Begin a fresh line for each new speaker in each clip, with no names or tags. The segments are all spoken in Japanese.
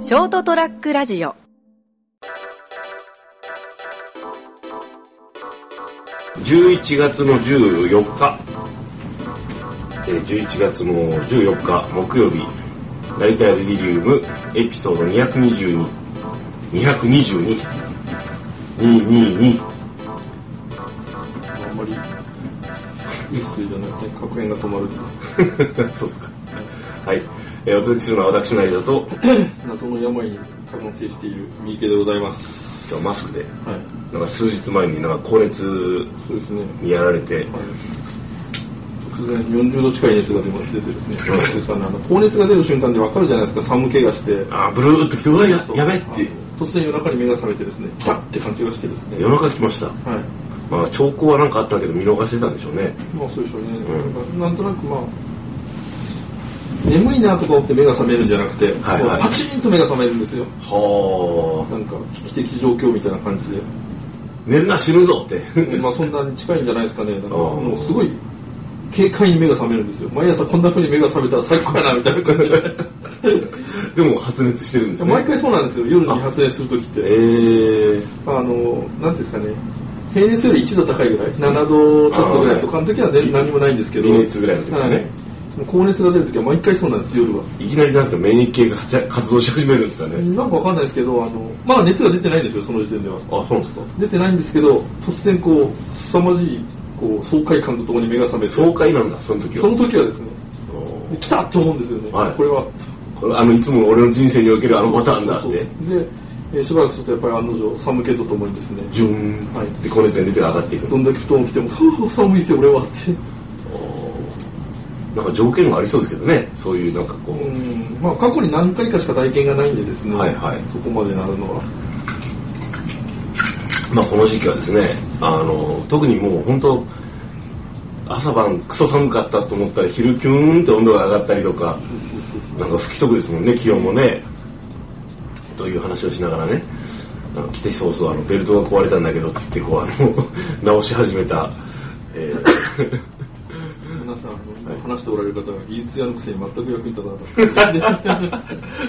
ショートトラックラジオ
11月の14日、えー11月の14日木曜日成田屋デリリウムエピソード2222222222
あんまりいい数字じゃないですね確変が止まる
そうっすかはい、えーお届けするのは私成田と今
謎の病に感染している三池でございます
日マスクで
はい
なんか数日前になんか高熱
そうですね、
にやられて
はい、突然40度近い熱が出てですねですからねあの高熱が出る瞬間で分かるじゃないですか寒気がして
あーブルーっときてうわややべっ
あ
て
の突然夜中に目が覚めてですねピタッて感じがしてですね
夜中来ました
はい
まあ兆候はなんかあったけど見逃してたんでしょうね
まあそうでしょうね、
ん
なんとなくまあ眠いなとか思って目が覚めるんじゃなくて、
はいはい
こうパチンと目が覚めるんですよ
はあ
なんか危機的状況みたいな感じで
寝るな死ぬぞって
うんまあそんなに近いんじゃないですかね。なんか
あー
もうすごい軽快に目が覚めるんですよ。毎朝こんな風に目が覚めたら最高やなみたいな感じ
でも発熱してるんで
で。
すね
毎回そうなんですよ。夜に発熱するときっ
え
て。
ー、
あの、なんていうんですかね。平熱より1度高いぐらい、7度ちょっとぐらいとかの時はね、何もないんですけど。
微熱ぐらいの時はね
はいもう高熱が出るときは毎回そうなんです、夜は。
いきなりなんですか免疫系が活活動し始めるんですかね
なんかわかんないですけど、あの、まだ熱が出てないんですよ、その時点では。
あそうなんですか
出てないんですけど、突然こう、凄まじい、こう、爽快感とともに目が覚めて、
爽快なんだその時は
その時はですね、
お
で来たと思うんですよね、
はい
これは
ーこれあのいつもの俺の人生におけるあのパターンだ
そ
っ
うそう
て
で、えーしばらくするとやっぱり案の定寒気とともにですね
ジューン、
はい
で高熱で熱が上がっていく
どんだけ布団を着ても「ふう寒いっすよ俺は」って
なんか条件がありそうですけどねそういうなんかこう、
うんまあ過去に何回かしか体験がないんでですね、
はいはい
そこまでなるのは
まあこの時期はですねあの特にもう本当朝晩クソ寒かったと思ったら昼キューンって温度が上がったりとかなんか不規則ですもんね気温もねという話をしながらねあの来てそうそうあのベルトが壊れたんだけどって言ってこうあの 直し始めた、えー
皆さんあの、今話しておられる方が技術屋のくせに全く役に立た なかったい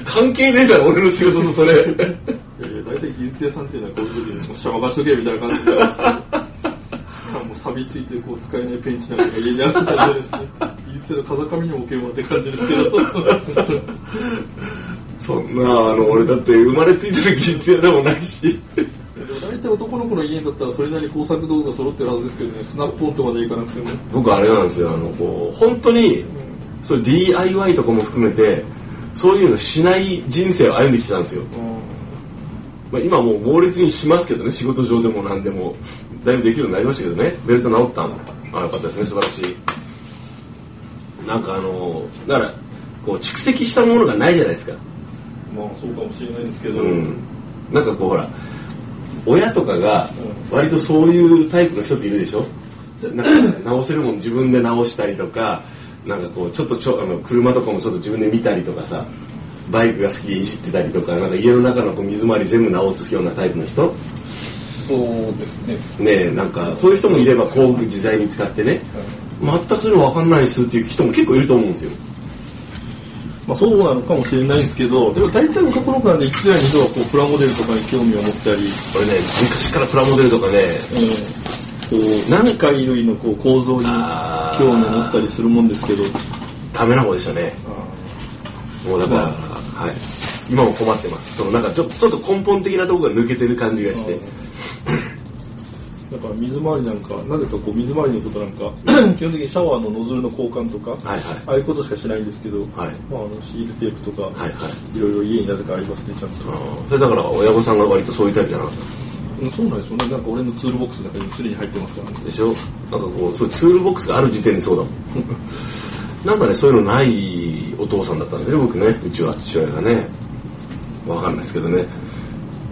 関係ねえだろ俺の仕事とそれ
やいや大体技術屋さんっていうのはこういう時に「おっしゃ任しとけ」みたいな感じでしかも錆びついてこう使えないペンチなんかが家にある感じですね技術屋の風上にも置けるわって感じですけど
そんなあの俺だって生まれついてる技術屋でもないし
大体男の子の家だったらそれなりに工作道具が揃ってるはずですけどねスナップオンとかでいかなくても
僕あれなんですよあのこう本当にそういう DIY とかも含めてそういうのしない人生を歩んできてたんですよ、まあ、今もう猛烈にしますけどね仕事上でも何でもだいぶできるようになりましたけどねベルト直ったのあよかったですね素晴らしいなんかあのだからこう蓄積したものがないじゃないですか
まあそうかもしれないですけど、
うんなんかこうほら親とかが割とそういうタイプの人っているでしょなんか直せるもん自分で直したりとかなんかこうちょっとちょあの車とかもちょっと自分で見たりとかさバイクが好きでいじってたりとかなんか家の中のこう水回り全部直すようなタイプの人
そうですね
ねえなんかそういう人もいれば工具自在に使ってね全くそれ分かんないっすっていう人も結構いると思うんですよ
まあそうなのかもしれないですけどでも大体男の子なんで一度や二度はこうプラモデルとかに興味を持ったり、
これね昔からプラモデルとかね
こう何回類のこう構造に
あー
興味を持ったりするもんですけど
ダメな方でしたねもうだから、
ま
はい、今も困ってますそのなんかちょちょっと根本的なところが抜けてる感じがして
だから水回りなんかなぜかこう水回りのことなん か基本的にシャワーのノズルの交換とか、
はいはい
ああいうことしかしないんですけど、
はい
まあ、あのシールテープとか、
はいはい
いろいろ家になぜかありますねちゃん
あ
と、
のそれだから親御さんが割とそういうタイプじゃなかっ
うん、そうなんですよねなんか俺のツールボックスの中にもすでに入ってますからね
たでしょなんかこうそういうツールボックスがある時点でそうだもん なんかねそういうのないお父さんだったんだよね僕ねうちは父親がねわかんないですけどね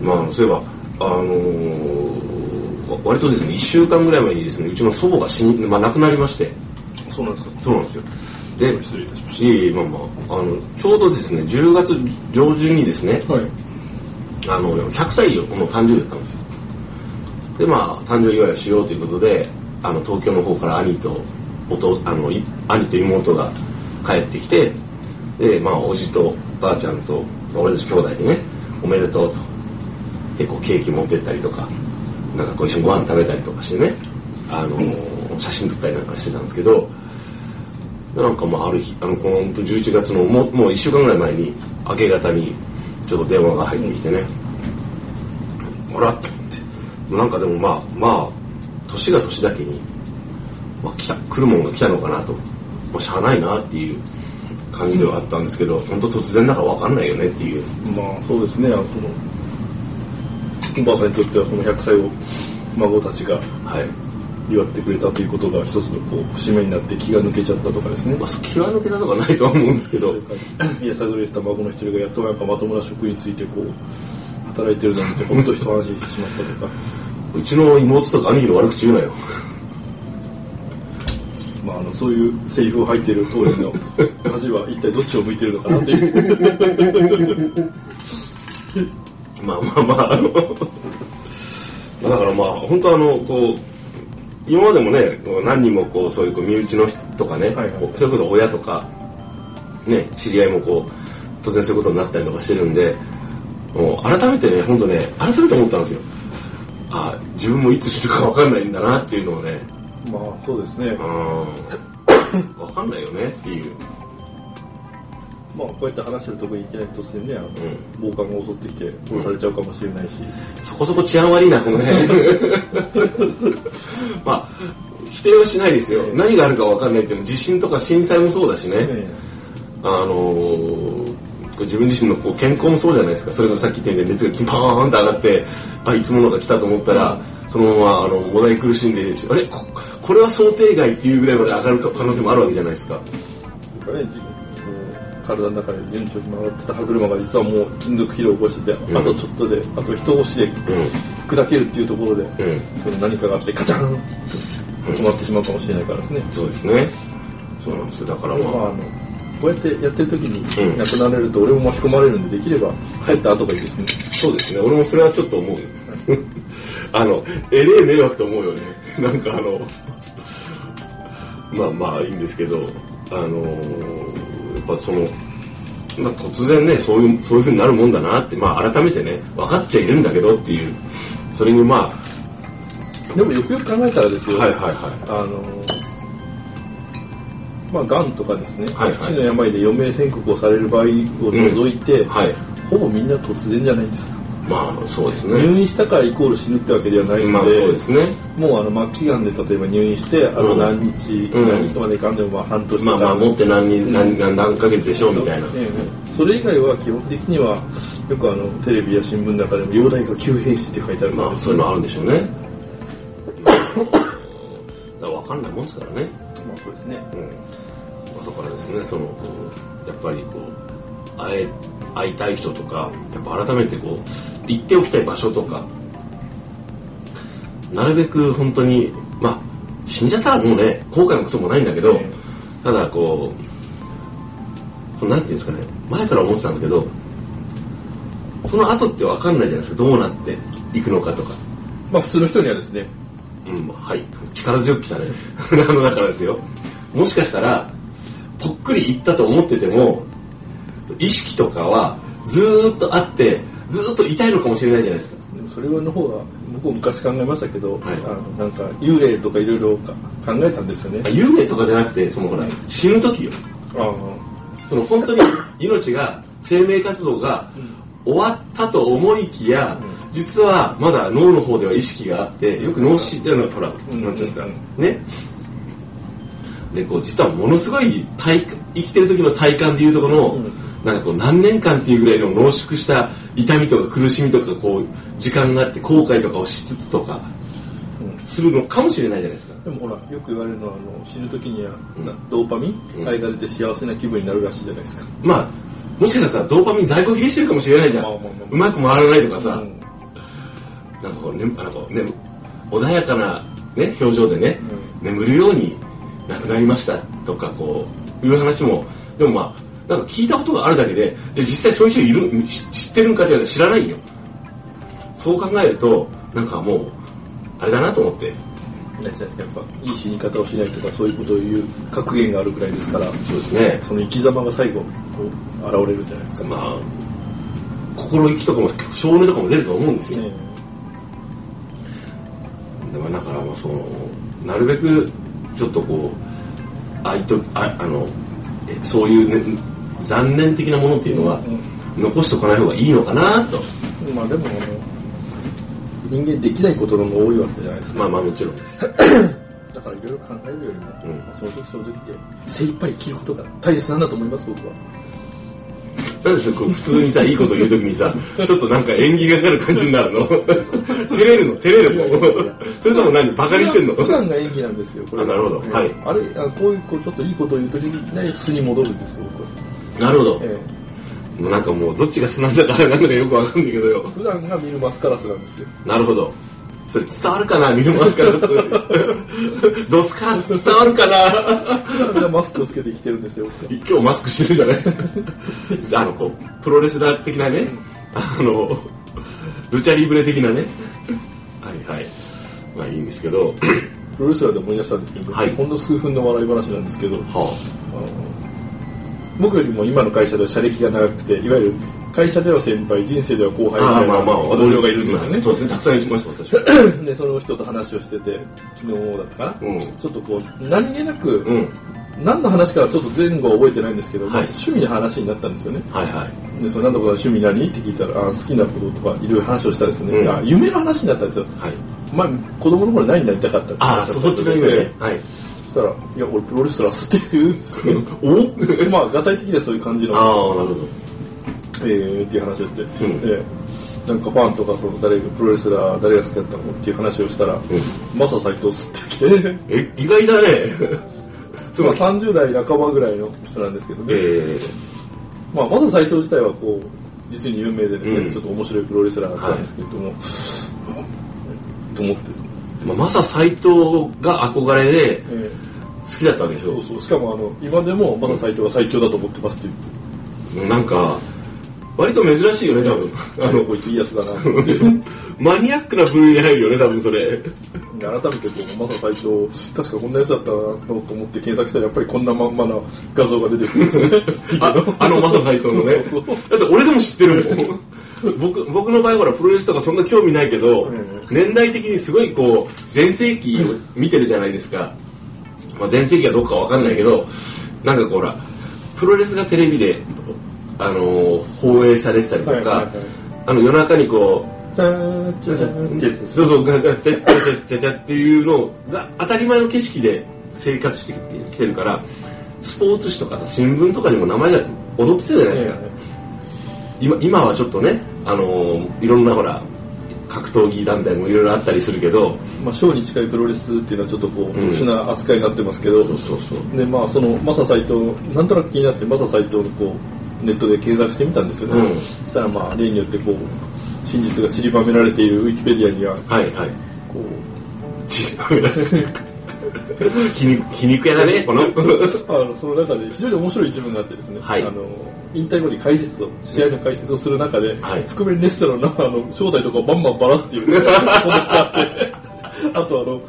まああのそういえばあのーわ割とですね1週間ぐらい前にですねうちの祖母が死に、まあ、亡くなりまして
そうなんですか
そうなんですよで
失礼いたしまし
いえいえまあまああのちょうどですね10月上旬にですね
たはい
あの100歳の誕生日だったんですよでまあ誕生祝いをしようということであの東京の方から兄と弟あのい兄と妹が帰ってきてでまあおじとばあちゃんと、ままあ俺たち兄弟でねおめでとうとでこうケーキ持ってったりとかなんかこう一緒にご飯食べたりとかしてね、あのー写真撮ったりなんかしてたんですけどでなんかまあある日あのこの本当11月のもうもう1週間ぐらい前に明け方にちょっと電話が入ってきてね、あらっと思ってもうなんかでもまあまあ年が年だけに、まあ、来た来るもんが来たのかなと、まあ、しゃあないなっていう感じではあったんですけど、本当突然なんか分かんないよねっていう
まあそうですねあのそのおばあさんにとってはその100歳を孫たちが
はい、
祝ってくれたということが一つのこう節目になって気が抜けちゃったとかですね
まあ、そう気は抜けたとかないとは思うんですけど
それから癒されてた孫の一人がやっとなんかまともな職についてこう働いてるのを見て本当一安心してしまったとか
うちの妹とか兄貴の悪口言うなよ
まああのそういうセリフを吐いてる当時の恥は一体どっちを向いてるのかなという
まあまあまあ あのだからまあ本当あのこう今までもねこう何人もこうそういうこう身内の人とかね、
はいはい
こうそれこそ親とかね知り合いもこう当然そういうことになったりとかしてるんでもう改めてね本当ね改めて思ったんですよあ自分もいつ死ぬか分かんないんだなっていうのをね
まあそうですね
うん分かんないよねっていう
まあこうやって話してるとこにいきなり突然ねあの、
う
暴漢が襲ってきて殺されちゃうかもしれないし、
そこそこ治安悪いな、この 辺。まあ、否定はしないですよ。
ええ
何があるかわかんないっていうのは、地震とか震災もそうだしね。
ね
あのーこう自分自身のこう健康もそうじゃないですか。それがさっき言ったように熱がキンパーンと上がって、あ、いつものが来たと思ったら、そのままあのもだえ苦しんで、あれここれは想定外っていうぐらいまで上がる可能性もあるわけじゃないですか。
それからねじこう体の中で順調に回ってた歯車が実はもう金属疲労を起こしてて、
ん
あとちょっとであと人押しで
う
砕けるっていうところで、
ん。うん。
その何かがあってカチャンと止まってしまうかもしれないからですね、
そうですね。そうなんですよ。だから
まあ、
ま
あのこうやってやってる時
う
に
ん
亡くなられると俺も巻き込まれるんでできれば帰った後がいいですね、
あ、そうですね。俺もそれはちょっと思うよ。 あの、えれえ迷惑と思うよね。 なんかあの、まあまあいいんですけど、あのーやっぱその、まあ、突然ね、そういう、そういう風になるもんだなって、まあ改めてね、分かっちゃいるんだけどっていう、それにま
でもよくよく考えたらです
あ、
よ、
はいはいは
あのまあがんとかですね、
はいはい
不治の病で余命宣告をされる場合を除いて、
い。はい。
ほぼみんな突然じゃないですか、
まあそうですね。
入院したからイコール死ぬってわけではない
まあ
の
そう
で,、
ですね。
もうあの末期がんで例えば入院してあと何日、
うん
何日とかでかんでもまあ半年とか、
まあまあ持って何人、何、何何ヶ月でしょうみたいな。
ええそれ以外は基本的にはよくあのテレビや新聞の中でも「容体が急変し」って書いてあるから
まあそういうのあるんでしょうね。だから分かんないもんですからね。
まあそうですね
うんまあ、そこからですねそのこうやっぱりこう会え会いたい人とかやっぱ改めてこう行っておきたい場所とかなるべく本当にまあ死んじゃったらもうね後悔もクソもないんだけど、
ええ
ただこうそのなんていうんですかね前から思ってたんですけどその後って分かんないじゃないですかどうなっていくのかとか。
まあ普通の人にはですね
うん、はい。力強く来たね。 あの、だからですよ。もしかしたら、ぽっくり行ったと思ってても、意識とかはずーっとあって、ずーっと痛いのかもしれないじゃないですか。
でもそれの方が僕も昔考えましたけど、
はい
あのなんか幽霊とかいろいろ考えたんですよ
あ
ね
幽霊とかじゃなくて、そのほら、死ぬ時よ。
ああ
その本当に命が、生命活動が終わったと思いきや、実はまだ脳の方では意識があって、よく脳死っていうのは、ほら、なんていうんですか、ね。でこう実はものすごい体感生きてる時の体感でいうとこの、
うん
なんかこう何年間っていうぐらいの濃縮した痛みとか苦しみとかこう時間があって後悔とかをしつつとか
う
するのかもしれないじゃないですか。
でもほらよく言われるのはあの死ぬ時には、
うん
なドーパミ
う
ン
ん
あれが出て幸せな気分になるらしいじゃないですか、
まあもしかしたらドーパミン在庫切れしてるかもしれないじゃん。
まあまあまあ
うまく回らないとかさ、
うん
なんかこうねなんかこうね穏やかなね表情でね、眠るように亡くなりましたとかこういう話もでもまあなんか聞いたことがあるだけでで実際そういう人いるし知ってるんかっていうのは知らないよそう考えるとなんかもうあれだなと思って
ねやっぱいい死に方をしないとかそういうことを言う格言があるくらいですから
そうですね
その生き様が最後こう現れるじゃないですか
まあ心意気とかも性根とかも出ると思うんですよ、でもだからまあそのなるべくちょっとこう相手ああのえそういう、ね、残念的なものっていうのは残しとかない方がいいのかなと
うんまあでも人間できないことの方が多いわけじゃないですか
まあまあもちろんです
だからいろいろ考えるよりも、
うん
まあその時その時で精一杯生きることが大切なんだと思います僕は
なんでそこう普通にさいいこと言うときにさちょっとなんか縁起がかかる感じになるの照れるの照れるのそれとも何バカにしてんの
普段が演技なんですよこれ
あなるほど
ええ
はい
あれあこういうこうちょっといいことを言う時にね素に戻るんですよ僕は、
なるほど、
え
もうなんかもうどっちが素なんだからなんだかよくわかんないけどよ
え普段が見るマスカラスなんですよ
なるほどそれ伝わるかな見るマ スカラスドスカラス伝わるかな
普段がマスクをつけて生きてるんですよ僕は
今日マスクしてるじゃないですかあのこうプロレスラー的なねあのルチャリブレ的なねはいはいまあいいんですけど
プロレスラーで思い出したんですけど、
はい
ほんの数分の笑い話なんですけど
は
あの僕よりも今の会社では社歴が長くていわゆる会社では先輩人生では後輩みたいな同僚がいるんですよね
そうですねたくさんいました私は
でその人と話をしてて昨日だったかな、
うん
ちょっとこう何気なく、
うん
何の話かちょっと前後は覚えてないんですけど、
はい
まあ趣味の話になったんですよね
はいはい
でその何のことが趣味何って聞いたらあ好きなこととかいろいろ話をしたんですよね、
うん
あ夢の話になったんですよ
はい
まあ子供の頃何になりたかったって
ああそこっちの夢ねはい
そしたら「いや俺プロレスラー」って言うんですけど
お
まあがたい的にはそういう感じの
ああなるほど
えー、っていう話をして、
ん
でなんかファンとかその誰がプロレスラー誰が好きだったのっていう話をしたら、マサ斎藤っすってきて
え意外だねすご
まあ
い
30代半ばぐらいの人なんですけどね、
え
まあ、マサ斎藤自体はこう実に有名でですね、
うん
ちょっと面白いプロレスラーだったんですけれども、と思ってる、
ーまあ、まさ斎藤が憧れで
えー
好きだったわけでしょ
そうそうしかもあの今でもマサ斎藤が最強だと思ってますって言って。
なんか割と珍しいよね多分
あのこいついいやつだなっ ていう
マニアックな分野に入るよね多分それ
改めてこうマサ斎藤確かこんなやつだったなと思って検索したらやっぱりこんなまんまな画像が出てくるんですね
ああのマサ斎藤のね
そうそうそ
だって俺でも知ってるもん 僕僕の場合ほらプロレスとかそんな興味ないけど、
うん
年代的にすごいこう全盛期を見てるじゃないですか、まあ、全盛期はどっかわかんないけどなんかこうほらプロレスがテレビで、あのー放映されてたりとか、
はいはいはい
あの夜中にこう
チャーチャーチャーチャーチ
そうそう、ガガチャチャチャチャっていうのが当たり前の景色で生活してきてるから、スポーツ紙とかさ、新聞とかにも名前が踊ってたじゃないです
ャ
か
ー。
今今はちょっとね、あのーいろんなほら、格闘技団体もいろいろあったりするけど、
まあショーに近いプロレスっていうのはちょっとこう特殊な扱いになってますけど、
そうそうそう。
でまあそのマサ斎藤なんとなく気になってマサ斎藤のこうネットで検索してみたんですよね、
うん
そしたらまあ例によってこう真実が散りばめられているウィキペディアには
はいはい。
こう
皮肉皮肉屋だね、この。
あのその中で非常に面白い一文があってですね、
はい
あの引退後に解説を試合の解説をする中で、
はい
覆面レストランのあの正体とかをバンバンばらすっていう ことがあってあとあの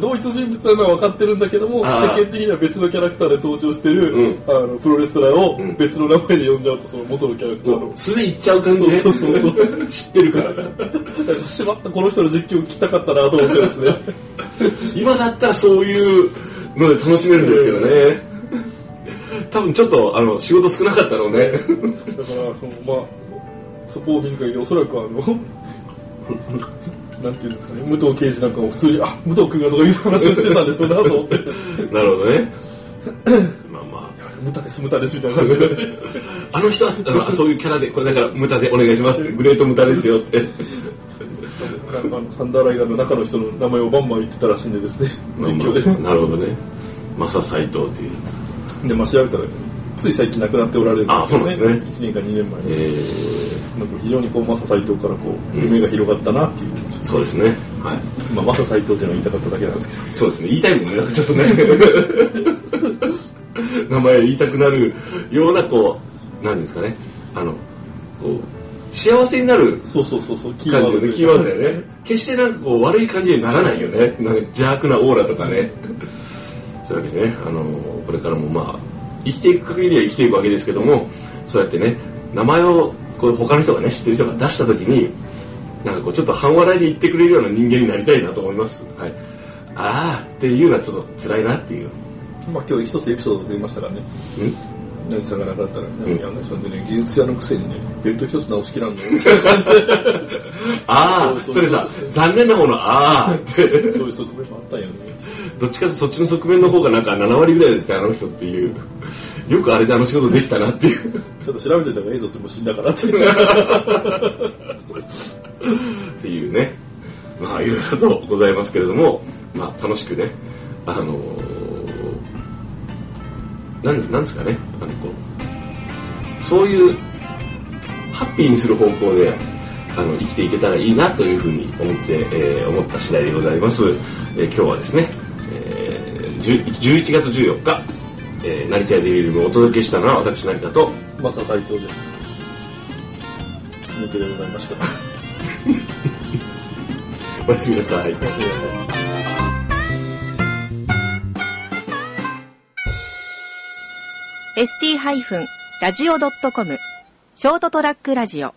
同一人物なのは分かってるんだけども世
あー
間的には別のキャラクターで登場してる、
うん
あのプロレスラーを
うん
別の名前で呼んじゃうとその元のキャラクターの、
素で行っちゃう感じね。
そうそうそうそ
知ってるから。
なんかしまったこの人の実況聞きたかったなと思ってですね
今だったらそういうので楽しめるんですけどね多分ちょっとあの仕事少なかったのね
だからあのまあそこを見る限りおそらくあの なんていうんですかね武藤刑事なんかも普通にあ武藤君がとかいう話をしてたんでしょうなと思って
なるほどねまあまあ
ムタですムタですみたいな感じで
あの人はあのそういうキャラでこれだから無駄でお願いしますってグレート無駄ですよ って
なんかあのサンダーライガーの中の人の名前をバンバン言ってたらしいんでですね
まあ
実
ま
況
あなるほどねマサ斎藤っていう
ででまあ調べたらつい最近亡くなっておられるんですけどね
あそうなんで
1年か2年前に、
え
なんか非常にこうマサ斎藤からこう夢が広がったなっていう、
ー、そうですねはい
まあ、マサ斎藤っていうのは言いたかっただけなんですけど
そうですね言いたいもんねなんかちょっとね 名前言いたくなるようなこうなんですかねあのこう幸せになる
そうそうそうそうキ
感じよね、
と
キー
いう
ワ
か
ードだよね。決してなんかこう悪い感じにならないよね。なんか邪悪なオーラとかね。そういうわけでね、あのーこれからもまあ、生きていく限りは生きていくわけですけども、そうやってね、名前をこう他の人がね知ってる人が出した時になんかこうちょっと半笑いで言ってくれるような人間になりたいなと思います、はい、ああっていうのはちょっと辛いなっていう
まあ今日一つエピソード出ましたからね
うん
何さんがなかったら何やんないんでね技術屋のくせにねベルト一つ直し きらんの
ああ
そ
そう
そう
れさ残念な方のああって
そういう側面もあったんやね
どっちかというとそっちの側面の方がなんか7割ぐらいだったあの人っていうよくあれであの仕事できたなっていう
ちょっと調べといた方がいいぞってもう死んだからって
っていうねまあいろいろとございますけれどもまあ楽しくねあのー、なんなんですかねあのこうそういうハッピーにする方向であの生きていけたらいいなというふうに思って、えー思った次第でございます、えー今日はですね、えー、10 11月14日、えー、成田やデビルムをお届けしたのは私成田と
マサ斎藤です抜けでござい ました
おやすみなさい
ST-radio.com ショートトラックラジオ